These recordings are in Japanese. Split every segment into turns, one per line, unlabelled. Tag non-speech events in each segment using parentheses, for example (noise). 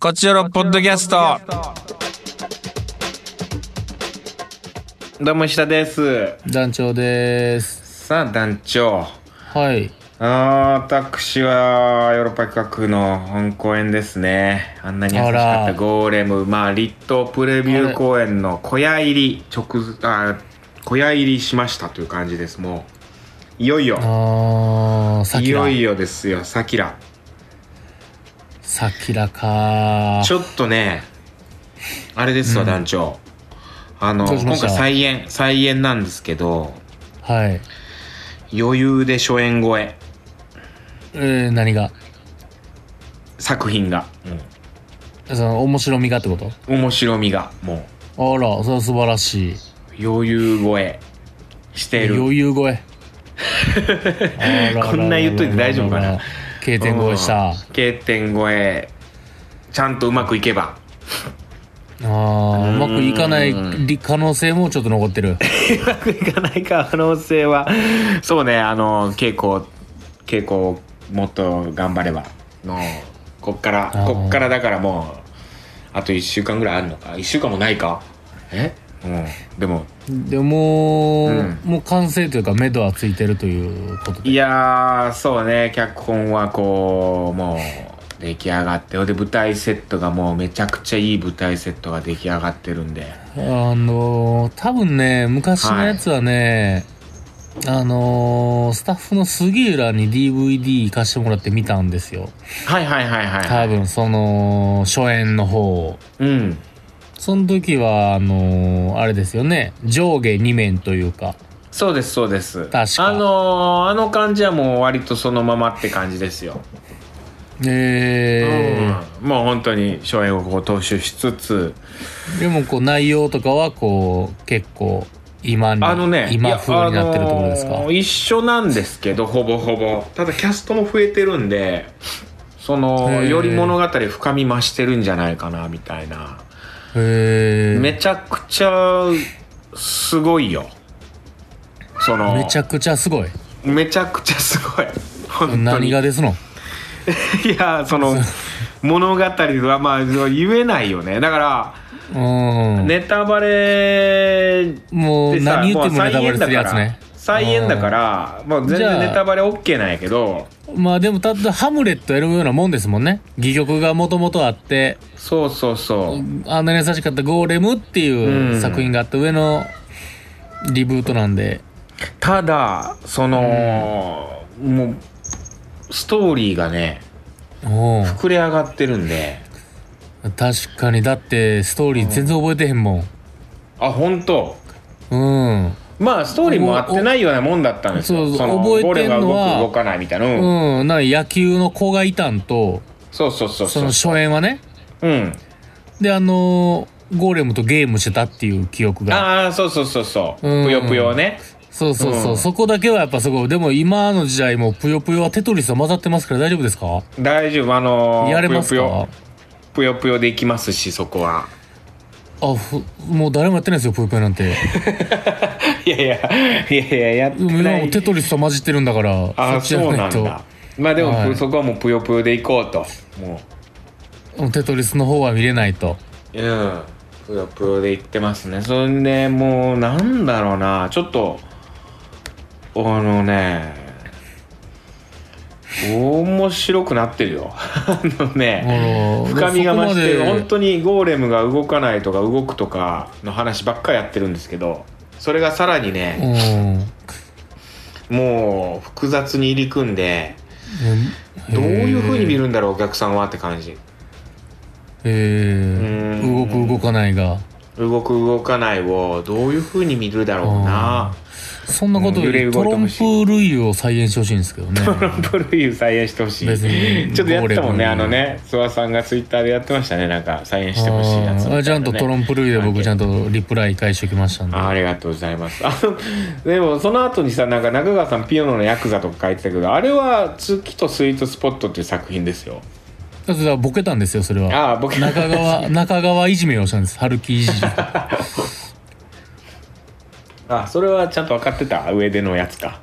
こちらのポッドキャスト。
どうも石田です。
団長です。
さあ団長。
はい。
あー私はヨーロッパ企画の本公演ですね。あんなに優しかっ
あ
た
ら
ゴーレム、まあ立東プレビュー公演の小屋入り直あ小屋入りしましたという感じです。もういよいよ
あー、さ
い
きら
よ。いよですよ。さきら。
さきらか。
ちょっとね、あれですわ、団長。あの
どうしま
今
した
回再演再演なんですけど
はい。
余裕で初演超え
えー、何が
作品が、
その、面白みがってこと
うん面白みがもう
あら、それは素晴らしい。
余裕超えしてる
余裕超
(laughs)
え。あらららららら
こんな言っといて大丈夫かな。
経点超えした。あ
経点超えちゃんとうまくいけば
あー、うまくいかないり可能性もちょっと残ってる。
うまくいかない可能性はそうねあの稽古稽古をもっと頑張ればのこっから
あー
こっからだからもうあと1週間ぐらいあるのか1週間もないかえうんでも
でも、
うん
もう完成というか、目処はついてるということで。
いやーそうね脚本はこうもう出来上がってで舞台セットがもうめちゃくちゃいい舞台セットが出来上がってるんで
あのー多分ね、昔のやつはね、あのースタッフの杉浦に DVD 行かしてもらって見たんですよ。
はいはいはいはい
多分、その、初演の方を
うん
その時は、あのーあれですよね、上下2面というか、
そうですそうです
確か
あのーあの感じはもう割とそのままって感じですよ、
え
うん、もう本当に初演をこう踏襲しつつ
ーでもこう内容とかはこう、結構、今に、
あのね
今風になってるところです
いや
か
あの。ー一緒なんですけどほぼほぼただキャストも増えてるんでその
へー
より物語深み増してるんじゃないかなみたいな
へー
めちゃくちゃすごいよその
めちゃくちゃすごい。
めちゃくちゃすごい本当に
何がですの
いやそ
(laughs)
の物語はまあ言えないよねだか
うん。
らネタバレで
もう
さ
何言って
う
もネタバレするやつね。
再演だからもう全
じゃ
然
あ
ネタバレ OK なんやけど
まあでもたったハムレットやるようなもんですもんね。戯曲がもともとあって、
そうそうそう、
あんなに優しかったゴーレムって
う
い
ん
う作品があった上のリブートなんで。
ただその、もうストーリーがね
おう
膨れ上がってるんで
確かにだってストーリー全然覚えてへんも
あ本当
ん。
まあストーリーも合ってないようなもんだったんですよ
おお
の
そうそう覚えてんのは
ゴレムが動く動かないみたいな、う
うんん。うん。なんか野球の子がいたんと、
そうそうそう
そ
そう
の初演はね。
うん
で、あのーゴーレムとゲームしてたっていう記憶が。
ああそうそうそうそう、
うん
ぷよぷよね
そうそうそう。
うん
そこだけはやっぱすごい。でも今の時代もうぷよぷよはテトリスは混ざってますから大丈夫ですか
大丈夫あのー
やれます
ぷ
か
よぷよぷよぷよでいきますしそこ
(laughs)
は
あふもう誰もやってないですよぷよぷよなんて
いやいやいやいややって
今
な
もう
い
テトリスと混じってるんだから
ああ
っちや
そうな
ら
ん
と
だまあでも、
はい
そこはもうぷよぷよでいこうともう
もうテトリスの方は見れないと
うん。ぷよぷよで言ってますね。そんで、もう、なんだろうな、ちょっと、あのね、面白くなってるよ。 (laughs) あのね、
もう
深みが増してる。
そこまで
本当にゴーレムが動かないとか動くとかの話ばっかりやってるんですけど、それがさらにね、
うん
もう複雑に入り組んで、
え
どういう風に見るんだろう、お客さんはって感じ。
え
う
動
ん
く動かないが
動く動かないをどういう風に見るだろうな。
そんなこと
うん
よ
揺れ
り
動
ト
いて
ロ
ほ
ン
しい
プ類を再現してほしいんですけどね
プルユ再演してほし
別
い
に
ちょっとやってたもんね
ゴーレム
あのね諏訪さんがツイッターでやってましたねなんか再演 (laughs) してほしいやつみたいなね、
ああちゃんとトロンプ類で僕ちゃんとリプライ返しておきましたんで
あありがとうございますあのでもその後にさなんか中川さんピアノのヤクザとか書いてたけどあれは「月とスイートスポット」っていう作品ですよ
だってボケたんですよそれは
ああ僕
中川中川いじめをしたんです春樹いじめ
(laughs) あそれはちゃんと分かってた上でのやつか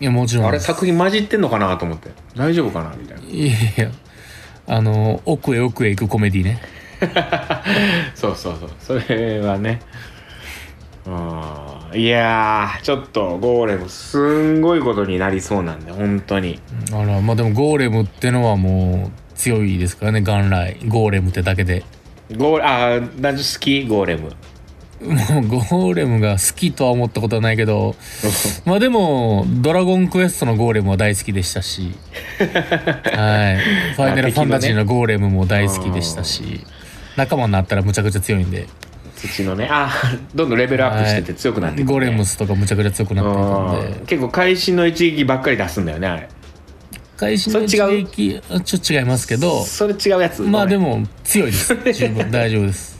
いやもちろん
あれ作品混じってんのかなと思って大丈夫かなみたいない
やいやあの奥へ奥へ行くコメディね
そうそうそうそれはねうんいやーちょっとゴーレムすんごいことになりそうなんで本当に
あらまあでもゴーレムってのはもう強いですからね元来ゴーレムってだけで
ゴーあー何好きゴーレム (laughs)
もうゴーレムが好きとは思ったことはないけどまあでも「ドラゴンクエスト」のゴーレムは大好きでしたしはい「ファイナルファンタジー」のゴーレムも大好きでしたし仲間になったらむちゃくちゃ強いんで
土のねあーどんどんレベルアップしてて強くなっていくね
ゴーレムスとかむちゃくちゃ強くなっていく
うんん
で
結構会心の一撃ばっかり出すんだよねあれ
開始の一撃あちょっと違いますけど
それ違うやつ
まあで
も
も強いです
(laughs)
十分大丈夫です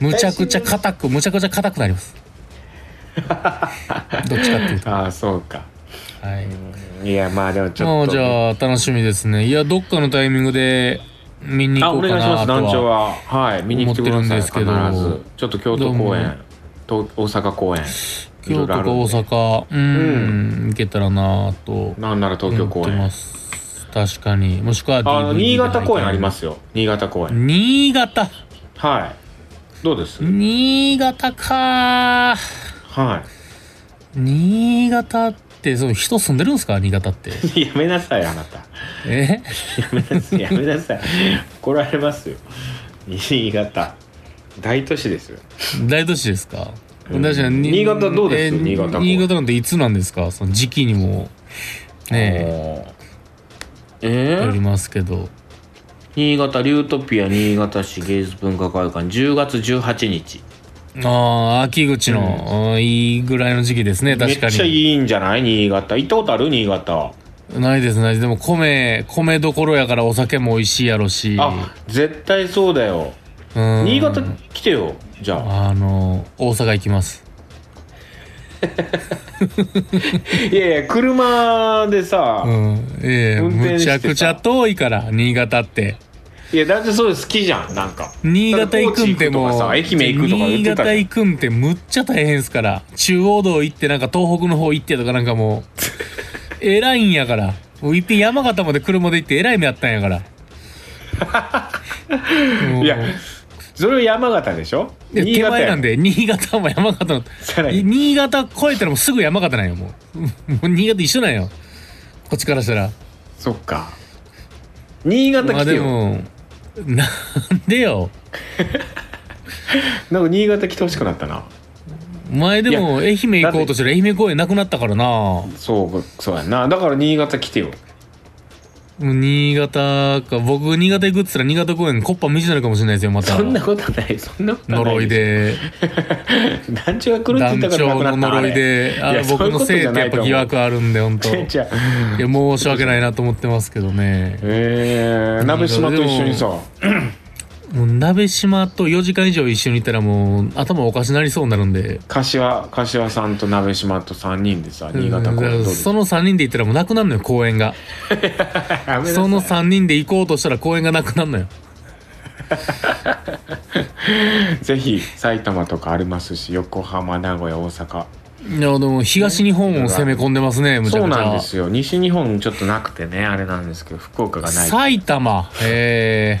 むちゃくちゃ硬くむちゃくちゃ硬くなります
(laughs)
どっちかっていうと
ああそうか
はい
いやまあでもち
も
ょっ
う
と
じゃあ楽しみですねいやどっかのタイミングで見に
あ
行
お
こうか
願いします
なと
団長
は
ははい見に来てく
思
ださい
ってるんですけど
必ずちょっと京都公演と大阪公演
京都
いろいろあ
か
るんで
大阪うん行けたらなと
なんなら東京公
思って
演
ます確かにもしくは
あの
DVD
新潟公演ありますすよ新潟公演
新潟
はいどうです
新潟か
は
新潟ってそう人住んでるんですか新潟って
(laughs) いやめなさいあなた
え
やめなさいやめなさい怒られますよ新潟大都市ですよ
大都市ですか
うん
確かに
新潟どうです
え
新潟も
新潟なんていつなんですかその時期にもね
え
え
え
よりますけど
新潟リュートピア新潟市芸術文化会館10月18日
ああ秋口の、うんいいぐらいの時期ですね確か
めっちゃい
に
いんじゃない新潟行ったことある新潟
ないですないですでも米米どころやからお酒も美味しいやろし
あ絶対そうだよ
うん
新潟来てよじゃあ
あの大阪行きます
いやいや車でさ、
うんええ
運転して
むち
さ
ゃくちゃ遠いから新潟って
いやだってそうです好きじゃんなんか
新潟行くん
だって高知行
ても
くとかさ愛媛行くとか言って
新
たじゃん
潟行くんてむっちゃ大変ですから中央道行ってなんか東北の方行ってとかなんかもう
(laughs)
えらいんやからもう行って山形まで車で行ってえらい目やったんやからも
(laughs)
う
いやそれは山形でしょ
いや
新
手
潟
前
や
なんで新潟も山形の
さらに
新潟越えたらもうすぐ山形なんよもう (laughs) もう新潟一緒なんよこっちからしたら
そっか新潟
まあ
来て
で
よ、
もなんでよ
なんか新潟来てほしくなったな
前でも愛媛行こうとしたら愛媛公園なくなったからなも
そうそうやんなだから新潟来てよ
う新潟か僕新潟行くっつったら新潟公園コッパ見せるかもしれないですよまた
そんなことないそんなことない
呪いで
(laughs) 団長が来るって
団
言ったからな
長
くな
の
ったあ
呪
れ (laughs)
いであ
い
の
やそう
僕
いう
の
こと
せ
じ
い
ゃ
って
な
やっ
いと思
ぱ
う
疑惑あるんで
(laughs)
本当
じゃあ
いや申し訳ないなと思ってますけどね
えー、鍋島と一緒にさ
もう鍋島と4時間以上一緒にいたらもう頭おかしなりそうになるんで
柏柏さんと鍋島と3人でさ新潟公園
うん
どうです
その3人で行ったらもうなくなるのよ公園が
(laughs)
その3人で行こうとしたら公園がなくなるのよ
ぜひ埼玉とかありますし横浜名古屋大阪
いやでも東日本を攻め込んでますねむちゃ
そう
くち
なん
ゃ
ですよ西日本ちょっとなくてねあれなんですけど福岡がない
埼玉へえ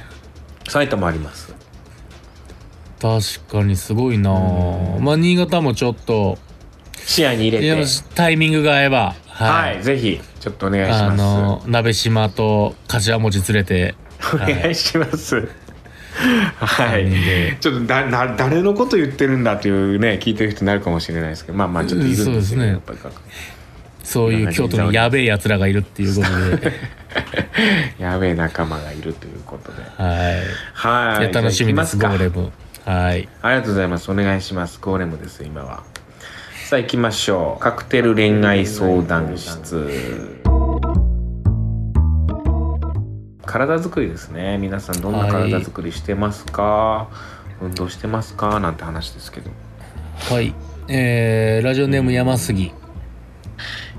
埼玉あります
確かにすごいなあまあ新潟もちょっと
視野に入れ
い
て
やタイミングが合えば
は、
はい
ぜひちょっとお願いし
あ
ます、
の鍋島と柏餅連れて
お願いします。はい、
三人で
ちょっとだな誰のこと言ってるんだっていうね聞いてる人になるかもしれないですけどまあまあちょっといるんですよ
うん
ね
そうですね
やっぱり (laughs) か
そういう京都のやべえやつらがいるっていうこと
(laughs)
で
やべえ仲間がいるということで
はい
はい
いや楽しみです
じ
ゴ
ゃあ行
ー
き
レ
ますか
ムはい
ありがとうございますお願いしますゴーレムです今はさあ行きましょうカクテル恋愛相談室体作りですね皆さんどんな体作りしてますか、運動してますかなんて話ですけど
はいえー、ラジオネーム山杉、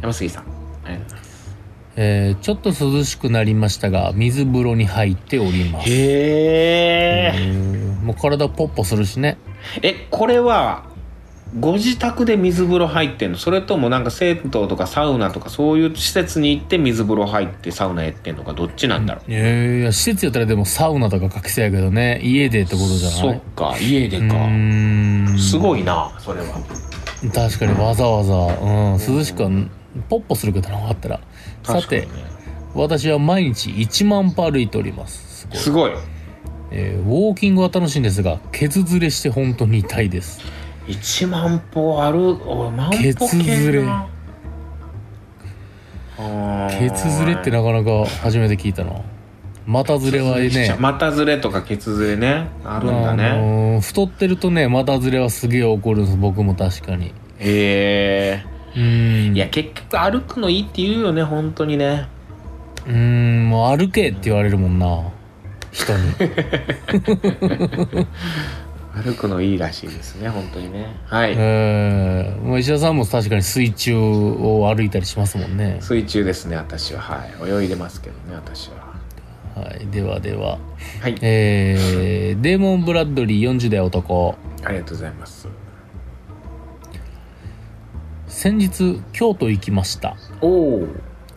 山杉さんありがとうございます
えー、ちょっと涼しくなりましたが水風呂に入っております
へ
うーんもう体ポッポするしね
ええこれはご自宅で水風呂入ってんのそれともなんか銭湯とかサウナとかそういう施設に行って水風呂入ってサウナやってんのかどっちなんだろう、
いやいや施設やったらでもサウナとか隠せやけどね家でってことじゃない
そっか家で
う
か、
ーん
すごいなそれは
確かにわざわざ、うん、涼しくはポッポするけどなあったらさ
確かに
て
ね
私は毎日1万歩歩いておりますすごい
すごい
えーウォーキングは楽しいんですが血ずれして本当に痛いです
1万歩あるお万歩計な
血ずれ
あー
血ずれってなかなか初めて聞いたな股ずれはね
股ずれとか血ずれねあるんだ
あ
ね
のー太ってるとね股ずれはすげえ起こるんです僕も確かに
へ
うー
え
ん
いや結局歩くのいいって言うよね本当にね
うーんもう歩けって言われるもんな人に
歩くのいいらしいですね本当にねはい、
えーまあ石田さんも確かに水中を歩いたりしますもんね
水中ですね私ははい泳いでますけどね私は
はいではでは
はい
えー、デーモン・ブラッドリー40代男
ありがとうございます
先日京都行きました
おお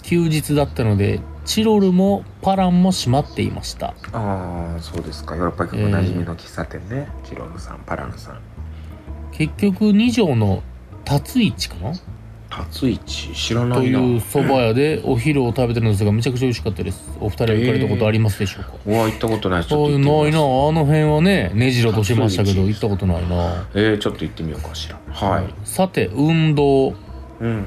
休日だったのでチロルもパランも閉まっていました
ああそうですかヨーロッパ局おなじみの喫茶店ね、チロルさんパランさん
結局2畳の達一かな
達一知らな
と
い
い
な
う蕎麦屋でお昼を食べてるんですがめちゃくちゃ美味しかったですお二人は行かれたことありますでしょうか、
うわ行ったことない
そういうないなあ
な
の辺はね根城としましたけど
達一
行ったことないな
えー、ちょっと行ってみようかしらはい
さて運動
うん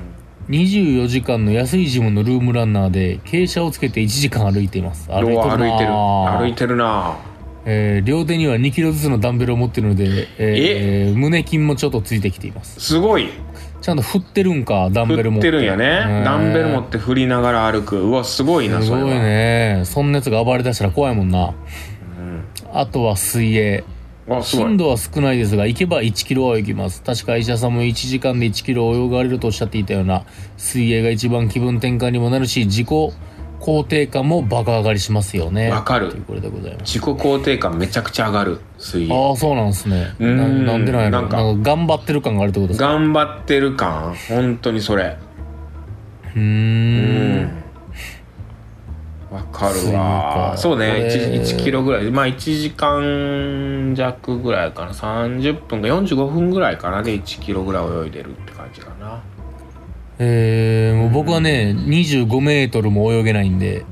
24時間の安いジムのルームランナーで傾斜をつけて1時間歩いています歩いてる
う
な
わ
あ
歩いてる歩いてるな
えー両手には2キロずつのダンベルを持ってるので、えー胸筋もちょっとついてきています
すごい
ちゃんと振ってるんかダンベル
振っ
持って
てるんやね
ん
ダンベル持って振りながら歩くうわすごいな
す
そ
ご
れ
い
は
ねそんなやつが暴れ出したら怖いもんなあとは水泳
うんあすご
頻
い
度は少ないですが行けば1キロは泳ぎます確か医者さんも1時間で1キロ泳がれるとおっしゃっていたような水泳が一番気分転換にもなるし自己肯定感も爆上がりしますよね
わかる
ということでございます
自己肯定感めちゃくちゃ上がる水泳
ああそうなんですね
うーん
ななんでなんや
な
ろなんん
か
か頑張ってる感があるってことですか
頑張ってる感本当にそれ
うーん
わか
水
る
泳
わ
か
そうね
これ
1, キロぐらいまあ1時間弱ぐらいかな30分か45分ぐらいかなで1キロぐらい泳いでるって感じかな
えー、もう僕はね25メートルも泳げないんで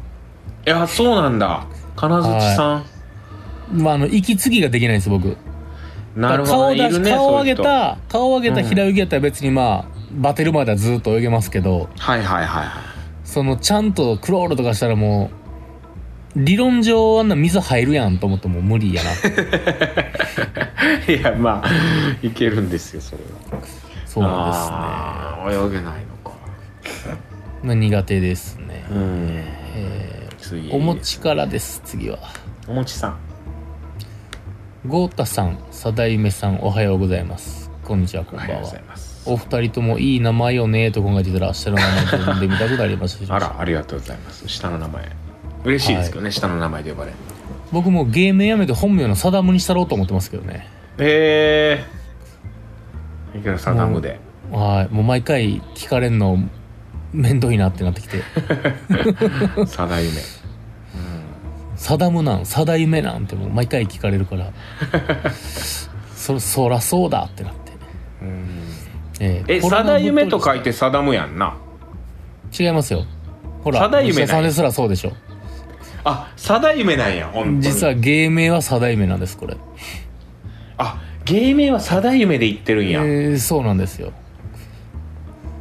いやそうなんだ金槌さん、
まああの息継ぎができないんです僕
なるほど
顔
ねい
出し、
るね
顔
そう
上
いう
げ
人
た顔上げた平泳ぎやったら別にまあバテるまではずっと泳げますけど
はいはいはいはい (laughs)
そのちゃんとクロールとかしたらもう理論上あんな水入るやんと思ってもう無理やな
(laughs) いやまあいけるんですよそれは
そうなん
あー泳げないのか
ですね苦手ですね、
うん
え
次
ー、お餅からです次は
おもちさん
豪太さん定夢さんおはようございますこんにちはこん
あり
ばん
がとうご
は
ざいます
お二人ともいい名前よねと考えてたら下の名前と呼んでみたくなりました
あらありがとうございます下の名前嬉しいですけどね、下の名前で呼ばれる
僕も芸名やめて本名のサダムにしたろうと思ってますけどね
へえいくらさダムで
はいもう毎回聞かれんのめんどいなってなってきて
サダ夢
サダムなんサダ夢なんてもう毎回聞かれるから
(laughs)
そそらそうだってなって、
うん
え
え
これ
サ
の
ダ夢と書
ぶっ
いてサダムやんな
飛び違いますよほら
サダ夢ない
吉田さんですらそうでしょ
あサダ夢なんや本当に
実は芸名はサダ夢なんですこれ、
あ芸名はサダ夢で言ってるん
え
や、
ー、そうなんですよ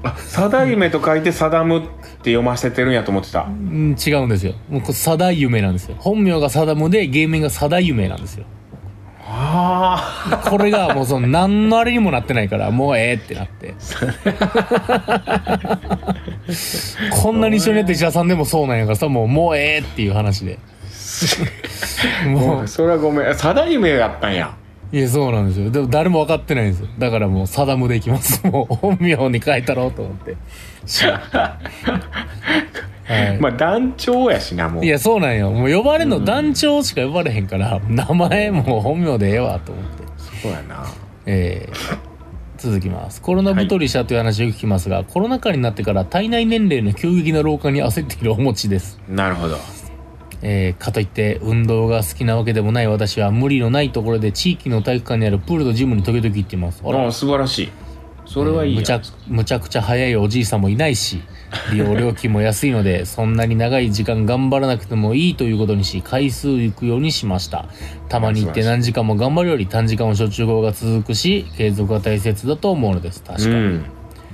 あサダ夢と書いてサダムって読ませてるんやと思ってた
うん違うんですよもうこれサダ夢なんですよ本名がサダムで芸名がサダ夢なんですよ
あ
これがもうその何のあれにもなってないからもうええってなってこんなに一緒にやって石田さんでもそうなんやからさもうもうええっていう話でも
あ
う
それはごめんサダ夢やったんや
いやそうなんですよでも誰も分かってないんですよだからもうサダムでいきますもう本名に変えたろうと思ってしまったはい
まあ団長やしなもう
いやそうなんよもう呼ばれんの団長しか呼ばれへんから名前も本名でええわと思って
そうやな
え続きますコロナ太りしたという話を聞きますが、コロナ禍になってから体内年齢の急激な老化に焦っているお持ちです、
なるほど。
えーかといって運動が好きなわけでもない私は無理のないところで地域の体育館にあるプールとジムに時々行っていますあら
あ素晴らしい。それはいい
むち
や
ゃ
ん。
むちゃくちゃ早いおじいさんもいないし利用料金も安いので (laughs) そんなに長い時間頑張らなくてもいいということにし回数行くようにしましたたまに行って何時間も頑張るより短時間の小中合が続くし継続が大切だと思うのです確か
う
に、
ん。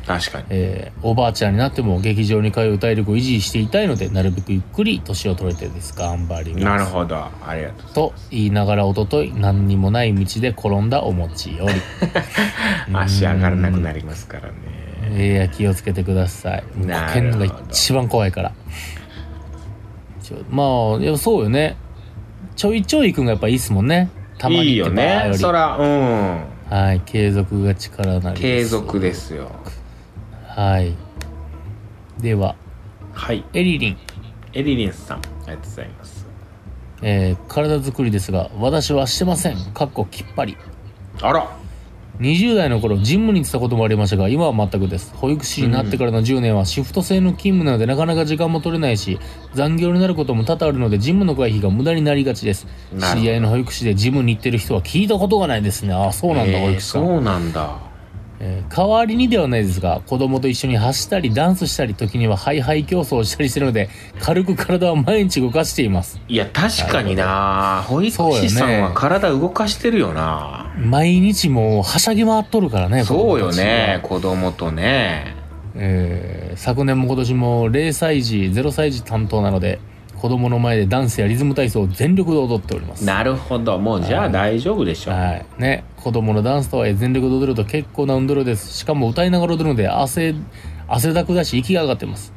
確かに。
えーおばあちゃんになっても劇場に通う体力を維持していたいのでなるべくゆっくり年を取れてです頑張ります
なるほど。ありがとう。
と言いながらおととい何にもない道で転んだお餅より
足上がらなくなりますからね。
いや気をつけてくださいもう
な
こ
る
け
ほ
ん
ど
のが一番怖いからちょまあいやそうよねちょいちょい行くんがやっぱいいっすもんねたまに
いいよ
って場合
ね
よ。り
そら、うん。
はい継続が力なり
継
です
続ですよ。
はいでは
はい。
エリリン
エリリンさん、ありがとうございます。
えー体作りですが私はしてませんかっこきっぱり
あら。
20代の頃ジムに行ってたこともありましたが今は全くです保育士になってからの10年はシフト制の勤務なのでなかなか時間も取れないし残業になることも多々あるのでジムの会費が無駄になりがちです
なるほど
知り合いの保育士でジムに行ってる人は聞いたことがないですねああそうなんだ、
えー
保育士さん
そうなんだ。
えー代わりにではないですが子供と一緒に走ったりダンスしたり時にはハイハイ競争をしたりしてるので軽く体は毎日動かしています
いや、確かにな。保育士さ
そうよ
んは
ね
体動かしてるよな。
毎日もうはしゃぎ回っとるからね
そうよ
子供たちは
ね子供とね
えー昨年も今年も0歳児0歳児担当なので子供の前でダンスやリズム体操を全力で踊っております
なるほどもうじゃあ大丈夫でしょ
はいね子供のダンスとはいえ全力で踊ると結構な運動量ですしかも歌いながら踊るので汗汗だくだし息が上がってます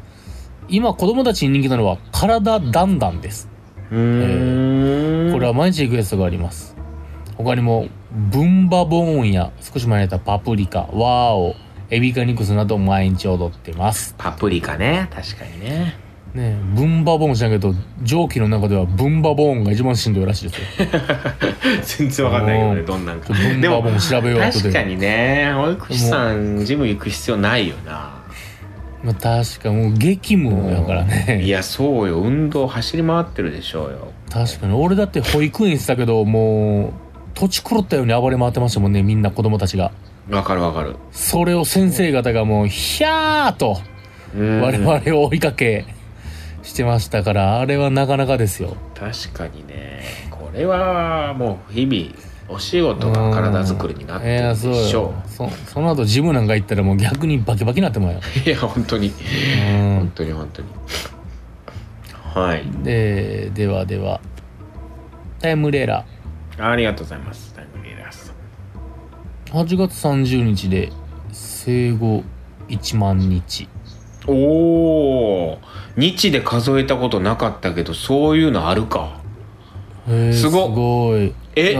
今子供たちに人気なのは体だんだんです
うーん
これは毎日リクエストがあります他にもブンバボーンや少し前にやったパプリカワーオエビカニクスなど毎日踊ってます
パプリカね確かにね
ねえブンバボーン知らんけど蒸気の中ではブンバボーンが一番しんどいらしいですよ
(laughs) 全然わかんないよねどんなん
ち
か
ょブン
で
バ
も
ボーン調べよう後
確か
で、
にね保育士さんジム行く必要ないよな
まあ、確かもう激務やから
い
ね
やそうよ運動走り回ってるでしょうよ
確かに俺だって保育園したけどもう土地狂ったように暴れ回ってましたもんねみんな子供たちが
わかるわかる
それを先生方がもうヒャーと
うん
我々を追いかけしてましたからあれはなかなかですよ
確かにねこれはもう日々お仕事が体作りになってるで
うんいや
し
そう
ょ
よそその後ジムなんか行ったらもう逆にバキバキになってもらうよ
ういや本当に
うん
本当に本当にはい
でではではタイムレーラ
ありがとうございますタイムリーダーさん
ー8月30日で生後1万日
おお日で数えたことなかったけどそういうのあるか
へー
すごっ
すごいいや
え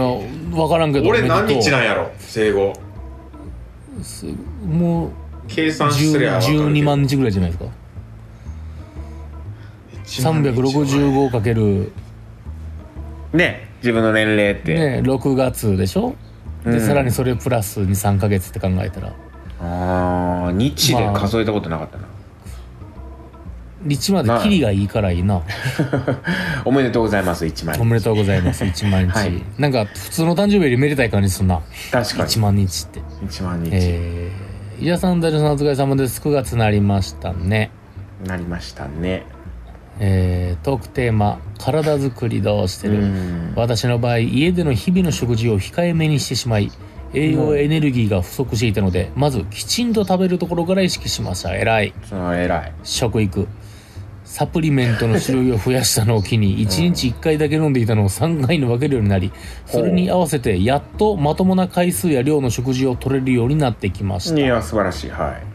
分からんけど
俺何日なんんやろ生後
もう
計算すりゃ分かるけ
12
ど
万日ぐらいじゃないですか 365×、
ね自分の年齢って、
ね、6月でしょで、
うん
さらにそれプラス23か月って考えたら
ああ日で数えたことなかったな、
1までキリがいいからいいな
おめでとうございます1枚
おめでとうござ
(laughs)
います1万日、
はい
なんか普通の誕生日よりめでたい感じすんな
確かに
1万日って
1万日、
えー、伊田さん、ダルさん、お疲れ様です。9月になりましたね。
なりましたね
えー、トークテーマ、体作りどうして
う
る、
ん
私の場合、家での日々の食事を控えめにしてしまい、栄養エネルギーが不足していたので、まずきちんと食べるところから意識しました。偉い。
その偉い
食育。サプリメントの種類を増やしたのを機に、1日1回だけ飲んでいたのを3回に分けるようになり、それに合わせて、やっとまともな回数や量の食事を取れるようになってきました
い。や素晴らしいはい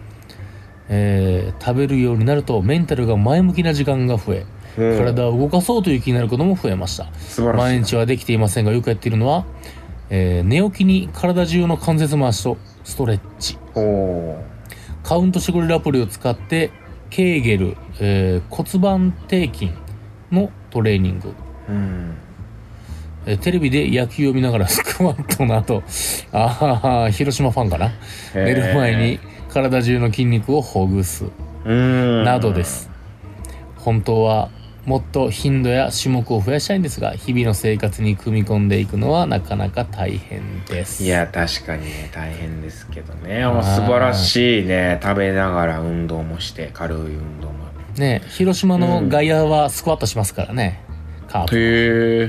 えー食べるようになるとメンタルが前向きな時間が増え、
うん
体を動かそうという気になることも増えました
素晴らしい
毎日はできていませんがよくやっているのは、えー寝起きに体中の関節回しとストレッチ
おお
カウントしてくれるアプリを使ってケーゲル、えー骨盤底筋のトレーニング
ーうん
えーテレビで野球を見ながらスクワットの後、ああ、広島ファンかな。
へー
寝る前に体中の筋肉をほぐす。
うん
などです。本当はもっと頻度や種目を増やしたいんですが、日々の生活に組み込んでいくのはなかなか大変です。
いや確かにね大変ですけどね
あー
素晴らしいね食べながら運動もして軽い運動も
ねえ広島の
うん
外野はスクワットしますからね。カープ。
へ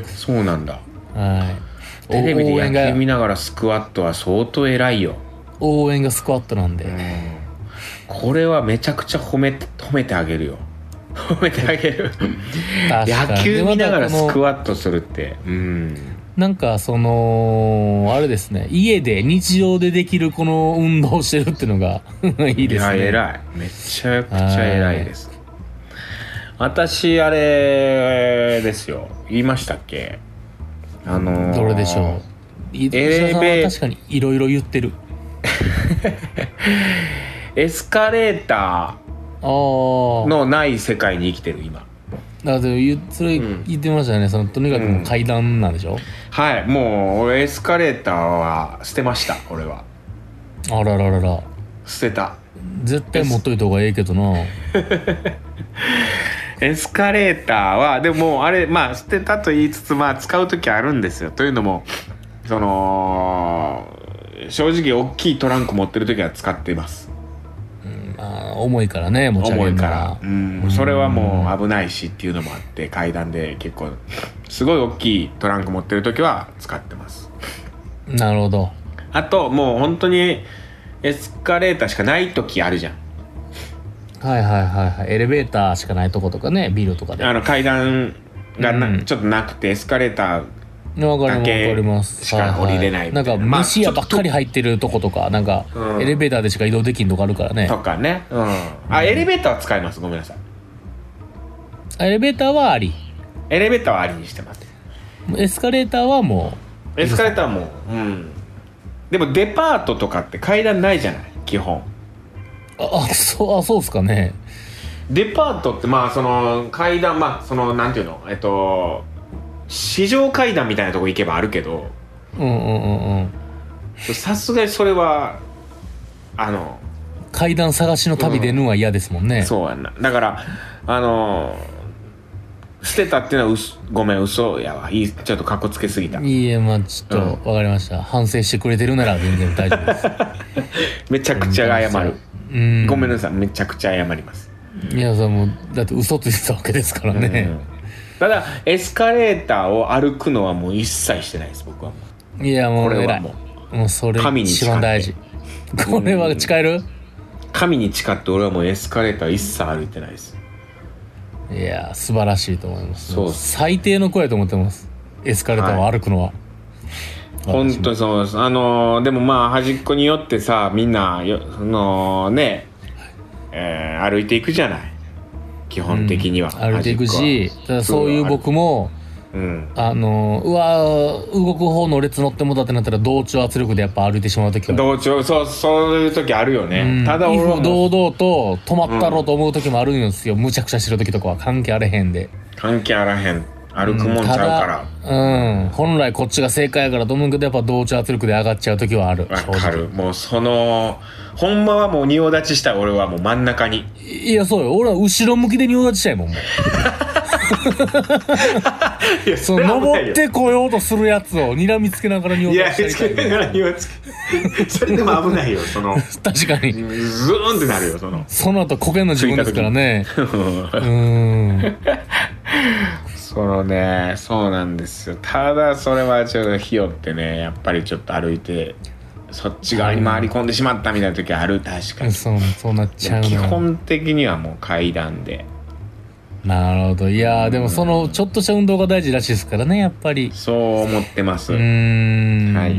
えそうなんだ
はい。
テレビ
応
で
援
野球見
が、
ながらスクワットは相当偉いよ、
応援がスクワットなんで。
これはめちゃくちゃ褒め褒めてあげるよ褒めてあげる
確かに
野球見ながらスク
ワ
ワットするってうん
なんかそのあれですね家で日常でできるこの運動をしてるっていうのが (laughs) いいですね
や偉いめちゃくちゃ偉いです私あれですよ言いましたっけあのー
どれでしょうい
エレベ
吉田さんは確かにいろいろ言ってる
エスカレータ
ああ
ーのない世界に生きてる今
だって言それ
うん
言ってましたよね、そのとにかくもう階段なんでしょ、
はいもう俺エスカレーターは捨てました俺は
あらららら
捨てた
絶対持っといた方がええけどな
エスカレーターはでもあれまあ捨てたと言いつつまあ使う時あるんですよというのもその正直大きいトランク持ってる時は使っています
まあ重いからね持ち上げ
重
る
い
の
か
は
ら、うん、それはもう危ないしっていうのもあって階段で結構すごい大きいトランク持ってる時は使ってます
なるほど
あともう本当にエスカレーターしかない時あるじゃん
はいはいはいはいエレベーターしかないとことかねビルとかで
あの階段がな、
うん
ちょっとなくてエスカレーター
わかります
だけ
わかります
しか降りれないみ
はは
たいな
なんか
まあ
飯屋ばっかり入ってるとことかなんか
うん
エレベーターでしか移動できんとかあるからね
とかね、うん、あエレベーターは使いますごめんなさい
エレベーターはあり
エレベーターはありにしてます
エスカレーターはも
エスカレーターもうんでもデパートとかって階段ないじゃない基本
うああそうあそうっすかね
デパートってまあその階段まあそのなんていうのえっと市場階段みたいなとこ行けばあるけど
うんうんうんうん
さすがにそれはあの
階段探しの旅出ぬは嫌ですもんね、
そうやんなだからあの捨てたっていうのはうすごめん嘘やわいいちょっとかっこつけすぎた
いいえまあちょっと
うん
わかりました、反省してくれてるなら全然大丈夫です
めちゃくちゃ謝る
うん
ごめん
な
なさいめちゃくちゃ謝ります
いやさんもうだって嘘ついてたわけですから
うん
ね、
ただエスカレーターを歩くのはもう一切してないです僕はもう
いやも
こ
う
れ
偉
はいもう
もうそれ
神に
一番大事これは誓える、
神に誓って俺はもうエスカレーター一切歩いてないです
いや素晴らしいと思います
そうっす
最低の声と思ってますエスカレーターを歩くのは、
本当にそうですあのーでもまあ端っこに寄ってさみんなよそのね、えー歩いていくじゃない基本的には、
歩いていくし
端っこは
ただそういう僕も
うん
あのうわー動く方の列乗ってもだってなったら同調圧力でやっぱ歩いてしまう時は
同調そうそういう時あるよね、
うん
ただ俺は
威風
もう
堂々と止まったろうと思う時もあるんですよ、むちゃくちゃしてる時とかは関係あれへんで
関係あらへん歩くもんちゃうから、
ただうん本来こっちが正解やからと思うけどやっぱ同調圧力で上がっちゃう時はある
わ
正
か
直
るもうそのほんまはもう仁王立ちしたい俺はもう真ん中に
いやそうよ俺は後ろ向きで仁王立ちしたいもんも
(laughs)
うその登ってこようとするやつを睨みつけながら仁王
いや
立ち
つ
し
け
たいか
なが
ら
ら仁王つけそれでも危ないよそ
(laughs)
のズ
確かに
ーンってなるよその
その後こけんの自分ですからねうん
そのねそうなんですよただそれはちょっとひよってねやっぱりちょっと歩いてそっち側に回り込んでしまったみたいな時ある確かに
そうそうなっちゃう
基
の
本的にはもう階段で
なるほどいやーでもそのちょっとした運動が大事らしいですからねやっぱり
そう思ってます、
うーん、
はい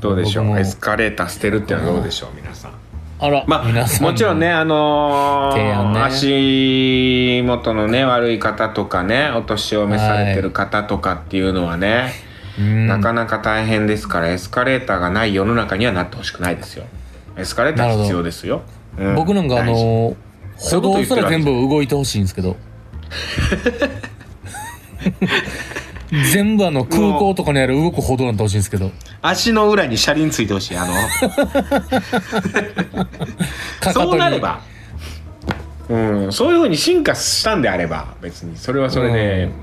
どうでしょ
僕も
うエスカレーター捨てるっていうのはどうでしょう皆さん
あら、
ま
皆
あ
さん
もちろんねあのー
提案ね
足元のね悪い方とかねお年を召されてる方とかっていうのはね、
うん
なかなか大変ですからエスカレーターがない世の中にはなってほしくないですよエスカレーター必要ですよ、う
僕なんかあ
大事
の
そうい
歩
うこと
道
言っ
す
(laughs) てる
ら全部動いてほしいんですけど全部あの空港とかにある動く歩道なんてほしいんですけど
足の裏に車輪ついてほしいあの
(laughs) かかとに
そうなれば、うん、そういうふうに進化したんであれば別にそれはそれで、うん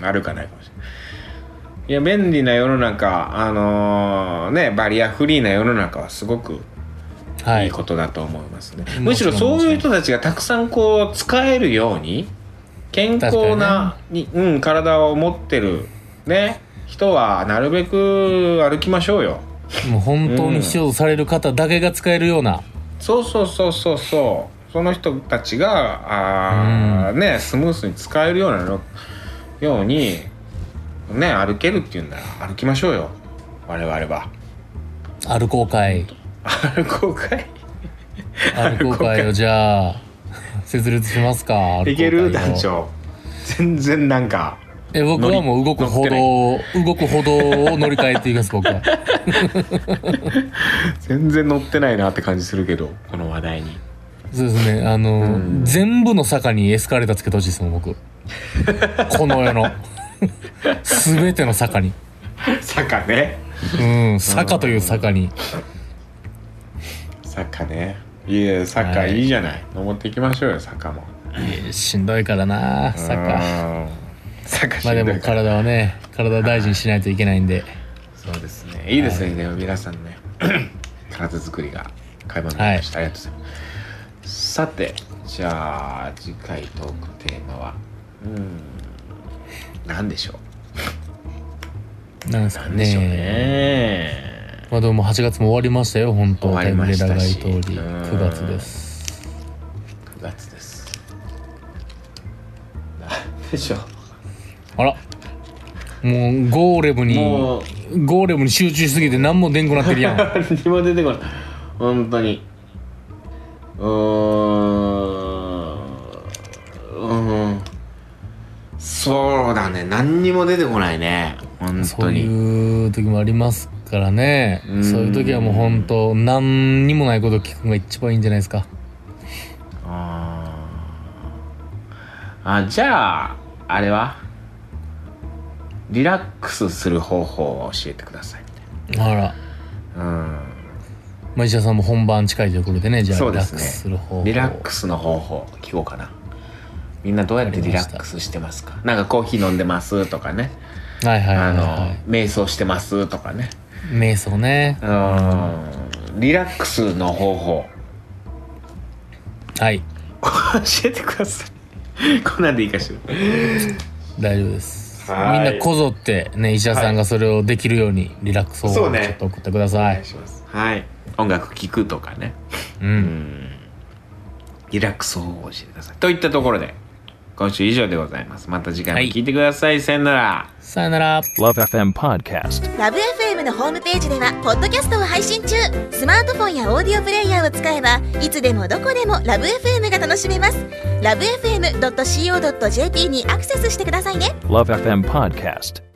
あるかないかもしれないいや便利な世の中あのーねバリアフリーな世の中はすごく
はい
い
い
ことだと思いますね、
うん
むしろ
もちろん
そういう人たちがたくさんこう使えるように健康なに、うん、体を持ってるね人はなるべく歩きましょうよ
もう本当に必要とされる方だけが使えるような
そうそうそうそうそうその人たちがあー、ねスムースに使えるようなのようにね歩けるっていうんなら歩きましょうよ我々は (laughs)
歩こう会
歩こうかい
歩こう会をじゃあ設立しますか
いける
歩こう会を
団長全然なんか
え僕はもう動く歩道を動く歩道を乗り換えていきます僕は
全然乗ってないなって感じするけどこの話題に
そうですねあの、
うん
全部の坂にエスカレーターつけてほしいですも
(laughs)
ん僕この世の全ての坂に
(laughs) 坂ね
うん坂という坂に
坂ねいや坂
はい
いいじゃない、登っていきましょうよ坂も
いやしんどいからな坂
うん坂し
まあで
んどい
も
から
体はね体大事にしないといけないんで
そうですねいいですね、でも皆さんね (clears throat) 体作りが会話になりました、ありがとうございますさてじゃあ次回トークテーマはうん何でしょう
なんですか
何でしょうね
ねまあでも8月も終わりましたよ本当
終わりましたし
タイムレラが言う通り
うん
9月です
9月です何でしょう
あらもうゴーレムに
もう
ゴーレムに集中しすぎて何もでんくなってるやん
何も出てこない本当にうーんうんそうだね何にも出てこないね本
そ
当
う
に
いう時もありますからね
うん
そういう時はもう本当何にもないこと聞くのが一番いいんじゃないですか
あーあじゃああれはリラックスする方法を教えてくださいみたい
あら
な
まあ石田さんも本番近いということでねじゃあ
そう
リ
で
ラッ
す
ク
ね
スする方
う
法
んリラックスの方法聞こうかなみんなどうやってリラックスしてますかなんかコーヒー飲んでますとかね
はいはいは
あ
い、
の、
はい、
瞑想してますとかね。
瞑想ね
うん、リラックスの方法。
はい
(laughs) 教えてください。こんなんでいいかしら。
大丈夫ですみん
はい
なこぞってね石田さんがそれをできるようにリラックス方法
そ
を
う
ち
ね
ょっと送ってください、
します。
はい。音楽聴くとかね。
う
うんん。リラックス方法を教えてください。といったところで、今週以上でございます。また次回も聞いてください。さよなら。
さよなら
Love FM Podcast.
ラブ f m のホームページではポッドキャストを配信中スマートフォンやオーディオプレイヤーを使えばいつでもどこでもラブ f m が楽しめますラブ FM.co.jp にアクセスしてくださいね
Love FM Podcast.